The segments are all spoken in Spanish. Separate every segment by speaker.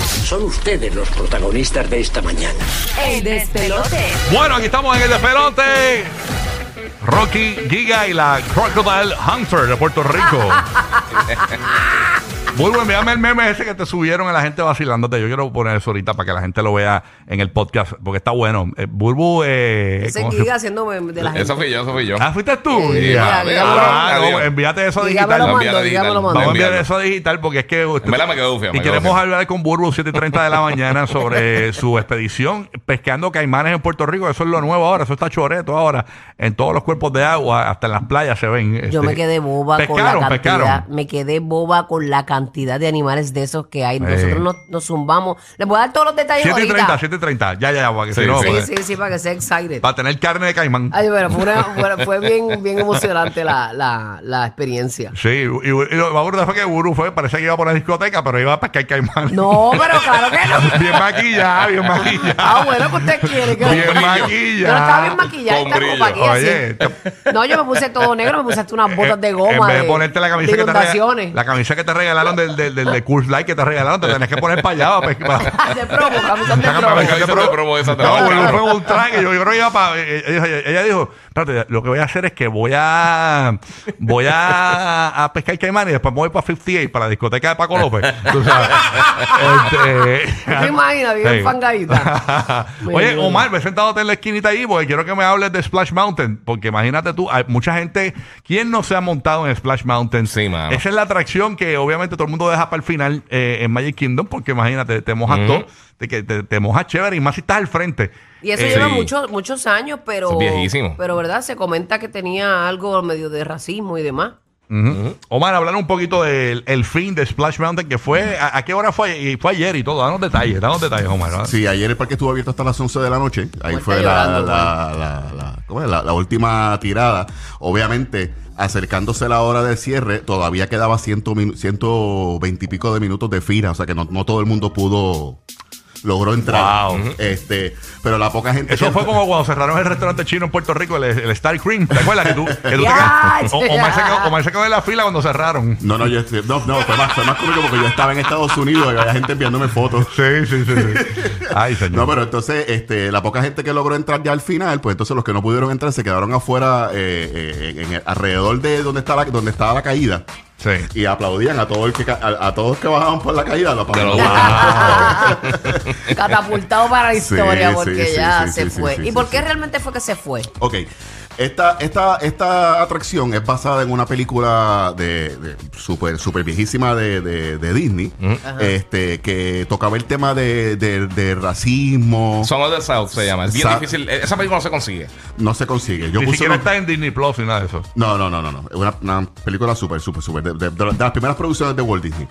Speaker 1: Son ustedes los protagonistas de esta mañana.
Speaker 2: El despelote.
Speaker 3: Bueno, aquí estamos en el despelote. Rocky Giga y la Crocodile Hunter de Puerto Rico. Muy bueno, envíame el meme ese que te subieron a la gente vacilándote. Yo quiero poner eso ahorita para que la gente lo vea en el podcast, porque está bueno. Eh, Burbu, eh,
Speaker 4: Ese
Speaker 3: ¿cómo se-
Speaker 4: Giga haciendo mem- de la gente.
Speaker 5: Eso fui yo, eso fui yo.
Speaker 3: Ah, fuiste tú.
Speaker 4: Sí,
Speaker 3: Giga.
Speaker 4: mira, dígamelo.
Speaker 3: Ah, no,
Speaker 5: Adiós.
Speaker 3: envíate eso digital.
Speaker 4: Dígamelo,
Speaker 3: Vamos
Speaker 4: mando,
Speaker 5: Envíalo digital.
Speaker 4: dígamelo, mando.
Speaker 3: a
Speaker 5: Vamos
Speaker 3: enviar
Speaker 5: enviarlo.
Speaker 3: eso digital porque es que.
Speaker 5: En verdad me quedó feo,
Speaker 3: Y
Speaker 5: me quedó
Speaker 3: queremos
Speaker 5: feo.
Speaker 3: hablar con Burbu 7:30 de la mañana sobre su expedición pescando caimanes en Puerto Rico. Eso es lo nuevo ahora. Eso está choreto ahora. En todos los cuerpos de agua, hasta en las playas se ven.
Speaker 4: Yo
Speaker 3: este,
Speaker 4: me quedé boba
Speaker 3: pescaron,
Speaker 4: con la cantidad.
Speaker 3: pescaron.
Speaker 4: Me quedé boba con la cantidad de animales de esos que hay.
Speaker 3: Eh.
Speaker 4: Nosotros nos, nos zumbamos. Les voy a dar todos los detalles
Speaker 3: 7 y 30,
Speaker 4: ahorita.
Speaker 3: 7 y 30. Ya, ya, ya, para que
Speaker 5: Sí,
Speaker 3: si no,
Speaker 5: sí.
Speaker 3: pues,
Speaker 4: sí, sí, sí, para que sea excited.
Speaker 3: para tener carne de caimán.
Speaker 4: Ay, bueno, fue, una- fue- fue bien, bien emocionante la, la, la experiencia.
Speaker 3: Sí, y, y lo más brutal fue que Burbu fue, parece que iba a poner discoteca, pero iba a pescar caimanes.
Speaker 4: No, pero claro que no.
Speaker 3: Bien maquillada, bien maquillada.
Speaker 4: Ah, bueno, que usted quiere. Que...
Speaker 3: Bien
Speaker 4: Yo
Speaker 3: maquillada.
Speaker 4: no estaba bien maquillada,
Speaker 5: Con
Speaker 4: estaba como
Speaker 5: brillo.
Speaker 4: aquí
Speaker 3: Oye,
Speaker 4: así.
Speaker 3: te-
Speaker 4: No, yo me puse todo negro, me puse hasta unas botas de
Speaker 3: Eh, en-
Speaker 4: goma.
Speaker 3: En vez de ponerte la camisa,
Speaker 4: de
Speaker 3: que te,
Speaker 4: inundaciones.
Speaker 3: rega- la camisa que te regalaron del, del, del, del Coors Light que te regalaron, te tenés que poner para allá. Para,
Speaker 4: De promo, camisas de
Speaker 3: Saca
Speaker 4: promo.
Speaker 3: para
Speaker 5: Esa
Speaker 3: que
Speaker 5: te
Speaker 3: pro-
Speaker 5: probó, esa te
Speaker 3: No,
Speaker 5: probó.
Speaker 3: bueno, fue un traje. Yo, yo creo que iba para. Ella, ella- ella dijo: Espérate, lo que voy a hacer es que voy a. Voy a, a pescar caimán y después me voy para 58, para la discoteca de Paco López. Tú sabes. Este,
Speaker 4: ¿Te imaginas? Bien
Speaker 3: Sí.
Speaker 4: fangadita.
Speaker 3: Oye,
Speaker 4: Bueno.
Speaker 3: Omar, Ah, me he sentado en la esquinita ahí porque quiero que me hables de Splash Mountain. Porque imagínate tú, hay mucha gente, ¿quién no se ha montado en Splash Mountain?
Speaker 5: Sí, mano.
Speaker 3: Esa es la atracción que obviamente todo el mundo deja para el final eh, en Magic Kingdom porque imagínate, te mojas todo, te, que te, te mojas chévere y más si estás al frente.
Speaker 4: Y eso
Speaker 3: Eh,
Speaker 4: lleva
Speaker 5: sí.
Speaker 4: muchos, muchos años, pero.
Speaker 5: Eso es viejísimo.
Speaker 4: Pero, ¿verdad? Se comenta que tenía algo medio de racismo y demás.
Speaker 3: Omar, hablar un poquito del el fin de Splash Mountain que fue, a, a qué hora fue? Y fue ayer y todo, danos detalles, danos detalles, Omar. ¿no?
Speaker 6: Sí, ayer el parque estuvo abierto hasta las 11 de la noche. Ahí
Speaker 4: Muerta
Speaker 6: fue la,
Speaker 4: llorando,
Speaker 6: la- la- la- ¿cómo es? la- la última tirada. Obviamente, acercándose la hora del cierre, todavía quedaba 100 minu- 120 y pico de minutos de fila. O sea que no, no todo el mundo pudo logró entrar.
Speaker 3: Wow.
Speaker 6: Este, pero la poca gente
Speaker 3: Eso
Speaker 6: que-
Speaker 3: fue como cuando cerraron el restaurante chino en Puerto Rico, el, el Star Cream. ¿Te acuerdas que tú, que tú te
Speaker 4: Ya,
Speaker 3: quedas- O- Omar, se quedó, Omar se quedó en la fila cuando cerraron.
Speaker 6: No, no, yo estoy- no, no, fue más, fue más cómico porque yo estaba en Estados Unidos y había gente enviándome fotos.
Speaker 3: Sí, sí, sí. sí. Ay, señor.
Speaker 6: No, pero entonces, este, la poca gente que logró entrar ya al final, pues entonces los que no pudieron entrar se quedaron afuera, eh, eh, en el- alrededor de donde estaba la, donde estaba la caída.
Speaker 3: Sí.
Speaker 6: Y aplaudían a todo el que ca- a, a todos que bajaban por la caída. Lo
Speaker 5: Pero
Speaker 6: aplaudían.
Speaker 4: Catapultado para la
Speaker 6: Sí,
Speaker 4: historia,
Speaker 6: sí,
Speaker 4: porque
Speaker 6: sí,
Speaker 4: ya
Speaker 6: sí,
Speaker 4: se
Speaker 6: sí,
Speaker 4: fue.
Speaker 6: sí,
Speaker 4: ¿Y
Speaker 6: sí,
Speaker 4: por
Speaker 6: sí,
Speaker 4: qué
Speaker 6: sí.
Speaker 4: realmente fue que se fue?
Speaker 6: Ok. Esta, esta, esta atracción es basada en una película de, de super, super viejísima de, de- de Disney,
Speaker 3: Mm.
Speaker 6: este, que tocaba el tema de, de- de racismo.
Speaker 5: Son of the South se llama. Es bien
Speaker 6: Sa-
Speaker 5: difícil. Eh, Esa película no se consigue.
Speaker 6: no se consigue. Yo
Speaker 3: Ni
Speaker 6: puse
Speaker 3: siquiera
Speaker 6: unos-
Speaker 3: está en Disney Plus ni nada de eso.
Speaker 6: No, no, no, no, no. Es una, una película súper, súper, súper. De, de- de las primeras producciones de Walt Disney.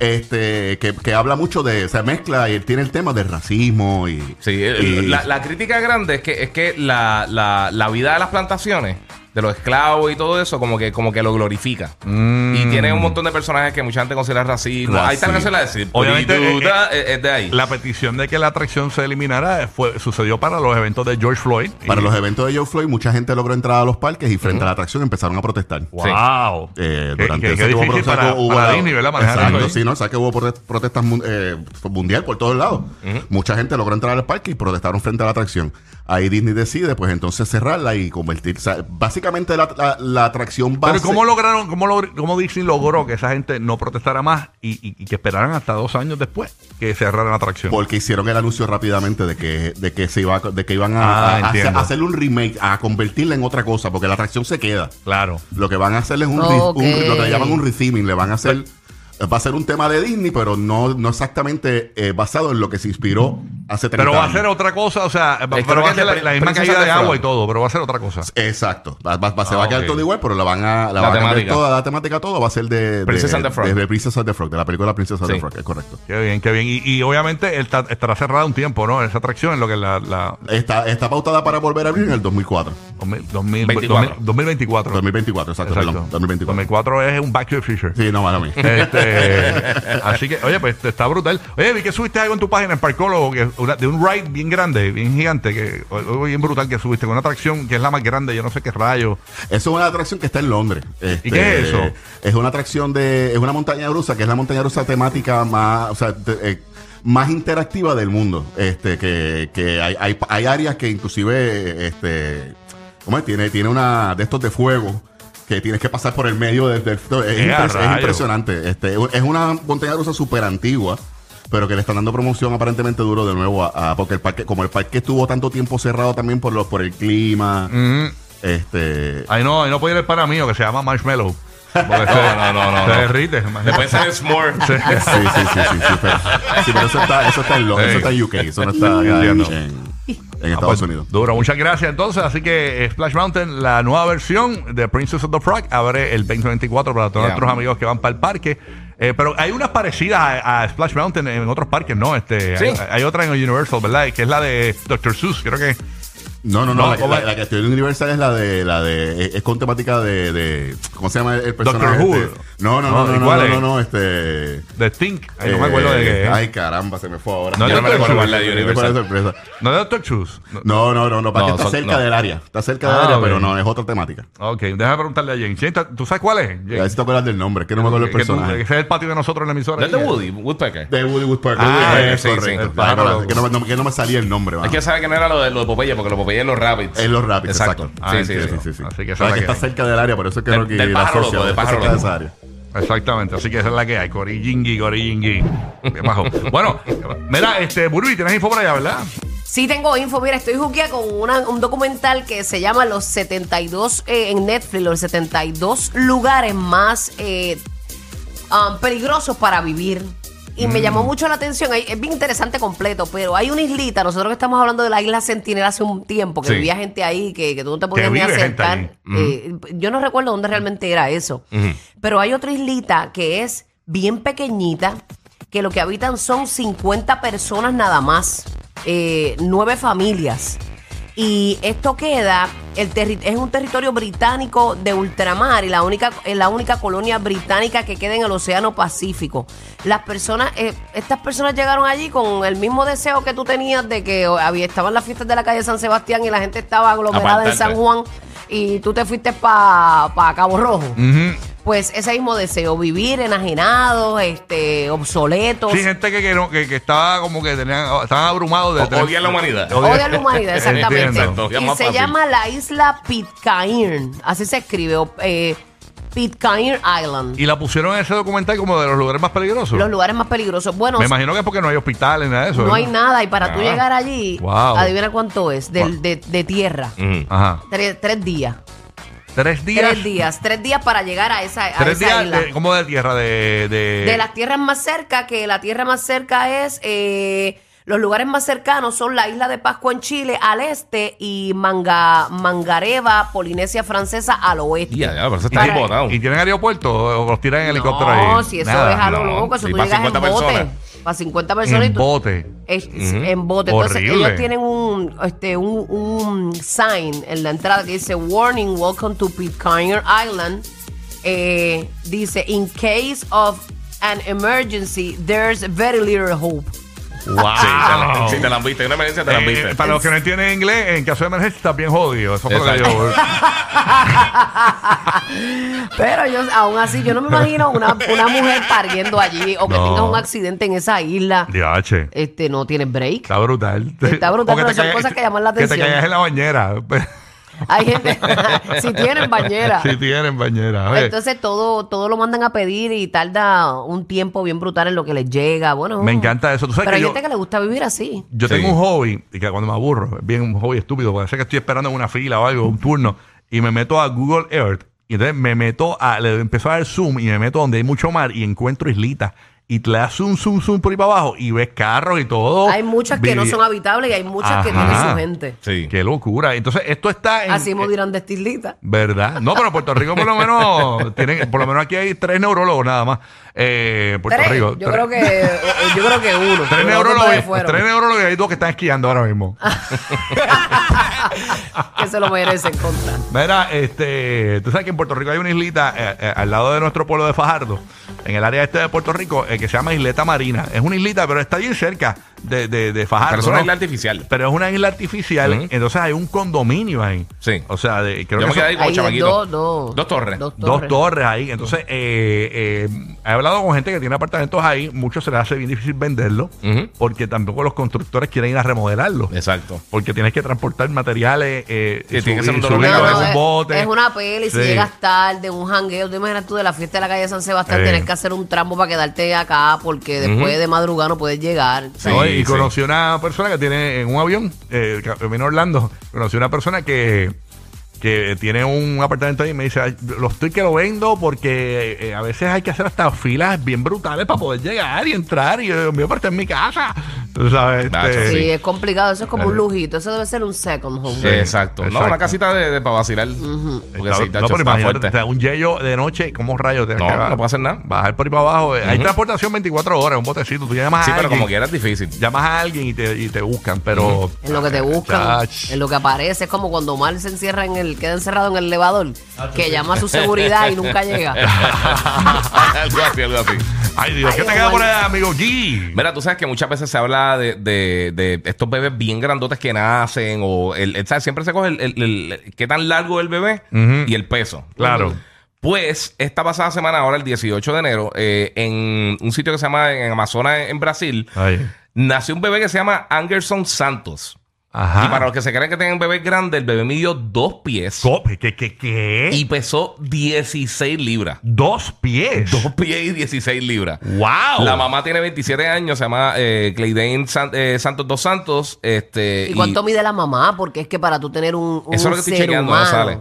Speaker 6: Este, que, que habla mucho de. Se mezcla y tiene el tema del racismo y.
Speaker 5: Sí, eh,
Speaker 6: y-
Speaker 5: la, la crítica grande es que, es que la, la, la vida de las plantaciones, de los esclavos y todo eso, como que, como que lo glorifica. Y
Speaker 3: Mm.
Speaker 5: tiene un montón de personajes que mucha gente considera racistas. Ahí está la
Speaker 6: Racista.
Speaker 5: canción la de decir.
Speaker 3: Obviamente, eh,
Speaker 5: eh, es de ahí.
Speaker 3: La petición de que la atracción se eliminara fue, sucedió para los eventos de George Floyd. Y-
Speaker 6: Para los eventos de Joe Floyd, mucha gente logró entrar a los parques y frente a la atracción empezaron a protestar.
Speaker 3: ¡Wow!
Speaker 6: Eh,
Speaker 3: Qué-
Speaker 6: durante
Speaker 3: qué-
Speaker 6: ese
Speaker 3: qué
Speaker 6: tiempo,
Speaker 3: difícil
Speaker 6: o sea,
Speaker 3: para,
Speaker 6: hubo-
Speaker 3: para
Speaker 6: hubo-
Speaker 3: Disney, ¿verdad? Manejar
Speaker 6: Exacto,
Speaker 3: eso ahí.
Speaker 6: sí, ¿no? O sea, que hubo prote- protestas mun- eh, mundial por todos lados. Mucha gente logró entrar al parque y protestaron frente a la atracción. Ahí Disney decide, pues entonces cerrarla y convertir. o sea, básicamente la, la- la atracción base.
Speaker 3: Pero ¿cómo lograron, cómo, logr- cómo Disney logró que esa gente no protestara más y, y- y que esperaran hasta dos años después que cerraran la atracción?
Speaker 6: Porque hicieron el anuncio rápidamente de que, de que se iba a- de que iban a,
Speaker 3: Ah,
Speaker 6: a- a hacer-
Speaker 3: entiendo.
Speaker 6: a hacerle un remake, a convertirla en otra cosa, porque la atracción se queda.
Speaker 3: Claro.
Speaker 6: Lo que van a hacer es un, re-
Speaker 4: Ok.
Speaker 6: un- lo que le llaman un retheming, le van a hacer va a ser un tema de Disney, pero no, no exactamente eh, basado en lo que se inspiró hace 30
Speaker 3: Pero va a
Speaker 6: años.
Speaker 3: ser otra cosa, o sea,
Speaker 5: creo
Speaker 3: pero va a ser
Speaker 5: que es
Speaker 3: la,
Speaker 5: la-
Speaker 3: la misma
Speaker 5: Princesa
Speaker 3: caída de
Speaker 5: de
Speaker 3: agua
Speaker 5: Fran.
Speaker 3: y todo, pero va a ser otra cosa.
Speaker 6: Exacto. Va, va- va- se va
Speaker 5: Ah,
Speaker 6: a quedar
Speaker 5: ok.
Speaker 6: todo igual, pero la van a, la
Speaker 5: La
Speaker 6: van a cambiar
Speaker 5: temática.
Speaker 6: toda la temática, todo va a ser de, de,
Speaker 5: Princess and the Frog.
Speaker 6: de- de Princess and the Frog, de la película Princess and
Speaker 5: Sí.
Speaker 6: the Frog, es correcto.
Speaker 3: Qué bien, qué bien. Y, y obviamente él ta- estará cerrada un tiempo, ¿no? Esa atracción en lo que es la, la
Speaker 6: Está, está pautada para volver a abrir en el 2004.
Speaker 3: 2000, 2000,
Speaker 5: 24.
Speaker 3: 2024.
Speaker 6: 2024, exacto,
Speaker 3: Exacto.
Speaker 6: perdón, 2024.
Speaker 3: 2024 es un Back to the Future.
Speaker 6: Sí, no, mala mía.
Speaker 3: É, Este, así que, oye, pues está brutal. Oye, vi que subiste algo en tu página, en Parcólogo, que es una- de un ride bien grande, bien gigante, que algo bien brutal que subiste, con una atracción que es la más grande, yo no sé qué rayo.
Speaker 6: Eso es una atracción que está en Londres. Este,
Speaker 3: qué es eso?
Speaker 6: Es una atracción de. Es una montaña rusa, que es la montaña rusa temática más. O sea, de- eh, más interactiva del mundo. Este, que, que hay, hay, hay áreas que inclusive. Este, ¿Cómo es? Tiene, tiene una. de estos de fuego. Que tienes que pasar por el medio del. del- es,
Speaker 3: ¡Qué
Speaker 6: impres- es
Speaker 3: rayo!
Speaker 6: impresionante. Este, es una montaña rusa súper antigua. Pero que le están dando promoción aparentemente duro de nuevo a, a- porque el parque, como el parque estuvo tanto tiempo cerrado también por los, por el clima,
Speaker 3: Mm.
Speaker 6: este
Speaker 3: Ahí no, ahí no puede ir el pana mío, que se llama Marshmallow. Porque
Speaker 5: No, no, no, no,
Speaker 3: se
Speaker 5: no.
Speaker 3: derrite, imagínate.
Speaker 5: Le puede ser S'more.
Speaker 6: Sí, sí, sí, sí, sí, pero, sí, pero eso está, eso está en lo-
Speaker 3: Sí.
Speaker 6: eso está en UK, eso no está acá en,
Speaker 3: Entiendo.
Speaker 6: en- en
Speaker 3: Ah, pues,
Speaker 6: Estados Unidos.
Speaker 3: Duro, muchas gracias entonces. Así que eh, Splash Mountain, la nueva versión de Princess of the Frog, abre el 2024 para todos
Speaker 5: Yeah.
Speaker 3: nuestros amigos que van para el parque. Eh, pero hay unas parecidas a, a Splash Mountain en otros parques, ¿no? Este,
Speaker 5: Sí.
Speaker 3: hay, hay otra en Universal, ¿verdad? Que es la de Dr. Seuss, creo que.
Speaker 6: No, no,
Speaker 3: No,
Speaker 6: no, la, que-
Speaker 3: ¿cómo
Speaker 6: la-
Speaker 3: es?
Speaker 6: la que estoy en Universal es la de, la de, e, es, es con temática de, de- ¿cómo se llama el, el personaje?
Speaker 3: Who.
Speaker 6: Este, no, no,
Speaker 3: No,
Speaker 6: no, no,
Speaker 3: ¿y
Speaker 6: no,
Speaker 3: cuál
Speaker 6: no,
Speaker 3: es?
Speaker 6: no, no, este,
Speaker 3: De Stink. Ay, no
Speaker 6: eh,
Speaker 3: me acuerdo de qué. es.
Speaker 6: Ay, caramba, se me fue ahora.
Speaker 3: No,
Speaker 6: Yo
Speaker 3: no
Speaker 6: me
Speaker 3: te preocupes,
Speaker 6: acuerdo cuál es,
Speaker 5: la de
Speaker 6: yo te cuál es la sorpresa.
Speaker 3: No de Dr. Seuss. No.
Speaker 6: No, no, no, no,
Speaker 5: No,
Speaker 6: para que está
Speaker 5: son-
Speaker 6: cerca
Speaker 5: no.
Speaker 6: del área, está cerca del
Speaker 3: Ah,
Speaker 6: área,
Speaker 3: ok.
Speaker 6: pero no, es otra temática.
Speaker 3: Ok, déjame preguntarle a James. James, ¿Tú sabes cuál es? James?
Speaker 6: A ver si te acuerdas del nombre, que no me acuerdo el
Speaker 3: Que- que tú- Que
Speaker 6: personaje.
Speaker 3: ese es el patio de nosotros en la emisora.
Speaker 5: ¿No es de Woody? Woodpecker.
Speaker 6: De Woody Woodpecker.
Speaker 3: Ah,
Speaker 6: eh,
Speaker 5: sí, sí,
Speaker 6: correcto.
Speaker 3: el
Speaker 6: Ya me acordé,
Speaker 3: pájaro.
Speaker 6: que no me- no- que no me salía el nombre.
Speaker 5: Hay
Speaker 6: vamos.
Speaker 5: que saber que no era lo de, lo de Popeye, porque lo de Popeye es los Rapids.
Speaker 6: Es los rápidos, exacto.
Speaker 3: Ah,
Speaker 5: sí, sí,
Speaker 3: entiendo.
Speaker 5: sí.
Speaker 3: Así
Speaker 6: Así
Speaker 3: que
Speaker 6: que,
Speaker 3: esa es la que
Speaker 6: está
Speaker 3: hay.
Speaker 6: cerca del área, por eso es que
Speaker 5: Del-
Speaker 6: no que
Speaker 5: del
Speaker 6: la
Speaker 5: pájaro
Speaker 6: asocia,
Speaker 5: loco, del
Speaker 6: está
Speaker 5: pájaro
Speaker 6: cerca de
Speaker 5: loco.
Speaker 6: esa área.
Speaker 3: Exactamente, así que esa es la que hay. Corillingui, corillingui. Qué bajo. bueno, mira, este, Burbi, tienes info por allá, ¿verdad?
Speaker 4: Sí tengo info, mira, estoy juquea con una- un documental que se llama Los 72 eh, en Netflix, los 72 lugares más eh, um, peligrosos para vivir. Y me llamó mucho la atención, hay- es bien interesante completo, pero hay una islita, nosotros que estamos hablando de la isla Sentinel hace un tiempo, que
Speaker 5: Sí.
Speaker 4: vivía gente ahí, que, que tú no te podías ni
Speaker 3: vive gente
Speaker 4: acercar.
Speaker 3: ahí.
Speaker 4: Eh, Yo no recuerdo dónde realmente era eso, pero hay otra islita que es bien pequeñita, que lo que habitan son 50 personas nada más, eh, nueve familias. Y esto queda, el terri- es un territorio británico de ultramar y la única, es la única colonia británica que queda en el Océano Pacífico. Las personas, eh, estas personas llegaron allí con el mismo deseo que tú tenías de que oh, había, estaban las fiestas de la calle San Sebastián y la gente estaba aglomerada en
Speaker 5: Apartarte.
Speaker 4: San Juan y tú te fuiste para Cabo Rojo. Pues ese mismo deseo, vivir enajenados, este, obsoletos.
Speaker 3: Sí, gente que, que, no- que, que estaba como que tenían, estaban abrumados de.
Speaker 5: O-
Speaker 3: tener-
Speaker 5: odian la humanidad.
Speaker 3: Odian-
Speaker 4: Odia a la humanidad, exactamente.
Speaker 3: Entiendo.
Speaker 5: Exacto, ya
Speaker 4: y
Speaker 5: más
Speaker 4: se
Speaker 5: fácil.
Speaker 4: llama la isla Pitcairn. Así se escribe, o, eh, Pitcairn Island.
Speaker 3: Y la pusieron en ese documental como de los lugares más peligrosos.
Speaker 4: Los lugares más peligrosos. Bueno,
Speaker 3: Me imagino que es porque no hay hospitales ni nada de eso.
Speaker 4: no hay nada. Y para tú
Speaker 5: Ah.
Speaker 4: llegar allí,
Speaker 3: Wow.
Speaker 4: adivina cuánto es del-
Speaker 3: Wow.
Speaker 4: de, de tierra.
Speaker 5: Mm.
Speaker 3: Ajá.
Speaker 4: Tres, tres días.
Speaker 3: Tres días.
Speaker 4: Tres días. Tres días para llegar a esa, a
Speaker 3: Tres
Speaker 4: esa
Speaker 3: días
Speaker 4: isla.
Speaker 3: de, eh. como de tierra, de. De,
Speaker 4: De las tierras más cerca, que la tierra más cerca es. eh, los lugares más cercanos son la isla de Pascua en Chile al este y Manga, Mangareva, Polinesia Francesa al oeste.
Speaker 5: Ya, ya, pero eso está
Speaker 4: Para-
Speaker 5: ahí botado.
Speaker 3: ¿Y tienen aeropuerto o los tiran en helicóptero ahí?
Speaker 4: No, si eso
Speaker 3: Nada.
Speaker 4: es algo
Speaker 5: no.
Speaker 4: loco, eso
Speaker 5: Y
Speaker 4: tú
Speaker 5: para
Speaker 4: llegas en
Speaker 5: 50
Speaker 4: bote.
Speaker 5: personas.
Speaker 4: Para 50 personas
Speaker 3: En
Speaker 4: y tú-
Speaker 3: bote.
Speaker 4: Es- es- En bote. Entonces,
Speaker 3: Horrible.
Speaker 4: ellos tienen un, este, un, un sign en la entrada que dice: Warning, welcome to Pitcairn Island. Eh, dice: In case of an emergency, there's very little hope.
Speaker 3: ¡Wow!
Speaker 5: Sí, te la- sí, te la han visto. Una emergencia te la han
Speaker 3: Eh,
Speaker 5: visto.
Speaker 3: para los que no entienden inglés, en caso de emergencia está bien jodido. Eso fue lo que
Speaker 5: Exacto.
Speaker 3: yo.
Speaker 4: Pero yo, aún así, yo no me imagino una, una mujer pariendo allí o que
Speaker 3: No.
Speaker 4: tenga un accidente en esa isla.
Speaker 3: DH.
Speaker 4: Este, no tiene break.
Speaker 3: Está brutal.
Speaker 4: Está brutal,
Speaker 3: O que
Speaker 4: pero
Speaker 3: te
Speaker 4: son
Speaker 3: caigas-
Speaker 4: cosas que llaman la
Speaker 3: Que
Speaker 4: atención.
Speaker 3: te caigas en la bañera.
Speaker 4: Hay gente, si tienen bañera.
Speaker 3: si tienen bañera. Oye,
Speaker 4: Entonces todo, todo lo mandan a pedir y tarda un tiempo bien brutal en lo que les llega. Bueno,
Speaker 3: Me encanta eso. Tú sabes
Speaker 4: pero
Speaker 3: que
Speaker 4: hay
Speaker 3: yo-
Speaker 4: gente que le gusta vivir así.
Speaker 3: yo
Speaker 5: Sí.
Speaker 3: tengo un hobby, y que cuando me aburro, es bien un hobby estúpido, parece que estoy esperando en una fila o algo, un turno, y me meto a Google Earth. Y entonces me meto a, le empiezo a dar zoom y me meto donde hay mucho mar y encuentro islitas. y te le das zoom, zoom, zoom por ahí para abajo y ves carros y todo.
Speaker 4: Hay muchas que no
Speaker 3: Vivi-
Speaker 4: son habitables y hay muchas que
Speaker 3: Oh, Ajá.
Speaker 4: tienen su gente.
Speaker 5: Sí.
Speaker 3: Qué locura. Entonces, esto está en.
Speaker 4: Así me
Speaker 3: eh,
Speaker 4: dirán de estilita.
Speaker 3: ¿Verdad? No, pero en Puerto Rico por lo menos tienen, por lo menos aquí hay tres neurólogos nada más. Eh, en Puerto
Speaker 4: Tres.
Speaker 3: Rico.
Speaker 4: yo
Speaker 3: tres-
Speaker 4: creo que o- o yo creo que uno.
Speaker 3: Tres
Speaker 4: Los otros todavía
Speaker 3: neurólogos,
Speaker 4: fueron, Ah.
Speaker 3: tres neurólogos y hay dos que están esquiando ahora mismo.
Speaker 4: que se lo merecen contra.
Speaker 3: Mira, este, tú sabes que en Puerto Rico hay una islita eh, eh, al lado de nuestro pueblo de Fajardo, en el área este de Puerto Rico, eh, que se llama Isleta Marina. Es una islita, pero está bien cerca de, de, de Fajardo.
Speaker 5: Pero es una
Speaker 3: ¿no?
Speaker 5: isla artificial.
Speaker 3: Pero es una isla artificial,
Speaker 5: Ujú.
Speaker 3: entonces hay un condominio ahí.
Speaker 5: Sí.
Speaker 3: O sea, de, creo que
Speaker 5: Yo me quedé
Speaker 3: son-
Speaker 5: ahí como
Speaker 4: Ahí
Speaker 5: chamaquito.
Speaker 4: dos, dos,
Speaker 5: Dos torres.
Speaker 3: Dos torres ahí. Entonces, eh, eh, he hablado con gente que tiene apartamentos ahí. Muchos se les hace bien difícil venderlo
Speaker 5: Ujú.
Speaker 3: porque tampoco los constructores quieren ir a remodelarlo.
Speaker 5: Exacto.
Speaker 3: Porque tienes que transportar materiales. Eh,
Speaker 5: Sí, tiene que ser un dolor de
Speaker 3: subirlo
Speaker 5: cabeza.
Speaker 3: en un
Speaker 4: es-
Speaker 3: bote.
Speaker 4: Es una peli,
Speaker 3: Sí.
Speaker 4: si llegas tarde, un jangueo, te imaginas tú de la fiesta de la calle San Sebastián,
Speaker 3: Sí.
Speaker 4: tienes que hacer un tramo para quedarte acá, porque después de madrugada no puedes llegar.
Speaker 5: Sí,
Speaker 3: No, y
Speaker 5: sí.
Speaker 3: conocí una persona que tiene en un avión, eh, camino a Orlando, conocí una persona que, que tiene un apartamento ahí y me dice, "Ay, lo estoy que lo vendo porque eh, a veces hay que hacer hasta filas bien brutales para poder llegar y entrar y yo, mío, pero esta es mi casa. Tú sabes, este,
Speaker 5: Nacho,
Speaker 4: Sí,
Speaker 5: Sí.
Speaker 4: es complicado, eso es como
Speaker 3: Eh.
Speaker 4: un lujito, eso debe ser un second home.
Speaker 5: Exacto. No,
Speaker 3: exacto.
Speaker 5: una casita de, de para vacilar. Porque
Speaker 3: Está-
Speaker 5: sí,
Speaker 3: no,
Speaker 5: tacho,
Speaker 3: pero
Speaker 5: está
Speaker 3: imagínate,
Speaker 5: fuerte.
Speaker 3: o sea, un yello de noche, ¿cómo rayos? Tienes
Speaker 5: No,
Speaker 3: que
Speaker 5: no
Speaker 3: bajar-
Speaker 5: puedo hacer nada.
Speaker 3: Bajar por ahí para abajo. eh, Hay transportación 24 horas, un botecito. Tú llamas
Speaker 5: Sí,
Speaker 3: a
Speaker 5: pero
Speaker 3: alguien.
Speaker 5: como quiera es difícil.
Speaker 3: Llamas a alguien y te, y te buscan, pero.
Speaker 4: En lo que te buscan,
Speaker 3: Chach.
Speaker 4: en lo que aparece, es como cuando Omar se encierra en el, queda encerrado en el elevador,
Speaker 5: Ah,
Speaker 4: que llama a su seguridad y nunca llega.
Speaker 5: algo así, algo así.
Speaker 3: Ay, Dios, ¿qué
Speaker 4: Ay,
Speaker 3: te queda
Speaker 4: Omar.
Speaker 3: por ahí, amigo G?
Speaker 5: Mira, tú sabes que muchas veces se habla de, de- de estos bebés bien grandotes que nacen o el, el- ¿sabes? siempre se coge el, el- el- qué tan largo es el bebé y el peso.
Speaker 3: Claro.
Speaker 5: Pues esta pasada semana, ahora el 18 de enero, eh, en un sitio que se llama en Amazonas, en Brasil,
Speaker 3: Ay.
Speaker 5: nació un bebé que se llama Anderson Santos.
Speaker 3: Ajá.
Speaker 5: Y para los que se creen que tienen bebés grandes, el bebé midió dos pies
Speaker 3: Co- ¿Qué, qué, qué?
Speaker 5: y pesó 16 libras.
Speaker 3: Dos pies.
Speaker 5: Dos pies y 16 libras.
Speaker 3: ¡Wow!
Speaker 5: La mamá tiene 27 años, se llama eh, Cleidane San- eh, Santos dos Santos. Este,
Speaker 4: ¿Y cuánto mide la mamá? Porque es que para tú tener un, un
Speaker 5: Eso es lo que estoy
Speaker 4: ser
Speaker 5: chequeando, no
Speaker 4: humano,
Speaker 5: sale.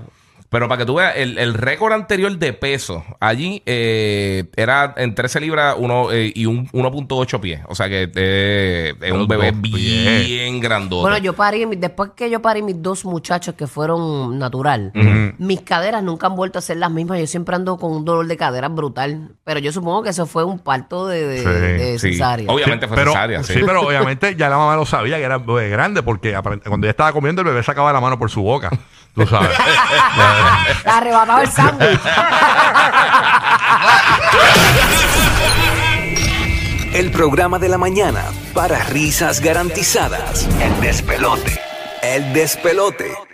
Speaker 5: Pero para que tú veas, el, el récord anterior de peso allí eh, era en 13 libras uno, eh, y un 1.8 pies. O sea que eh, es
Speaker 3: Los
Speaker 5: un bebé
Speaker 3: dos pies.
Speaker 5: bien grandote.
Speaker 4: Bueno, yo parí, mi- después que yo parí mis dos muchachos que fueron natural, mis caderas nunca han vuelto a ser las mismas. Yo siempre ando con un dolor de cadera brutal. Pero yo supongo que eso fue un parto de, de-
Speaker 3: Sí,
Speaker 4: de
Speaker 5: Sí.
Speaker 4: cesárea.
Speaker 5: Obviamente fue
Speaker 3: pero,
Speaker 5: cesárea, sí.
Speaker 3: sí. pero obviamente ya la mamá lo sabía que era un bebé grande porque aparent- cuando ella estaba comiendo el bebé sacaba la mano por su boca. Tú sabes.
Speaker 4: La arrebataba el sándwich.
Speaker 7: El programa de la mañana para risas garantizadas. El despelote. El despelote.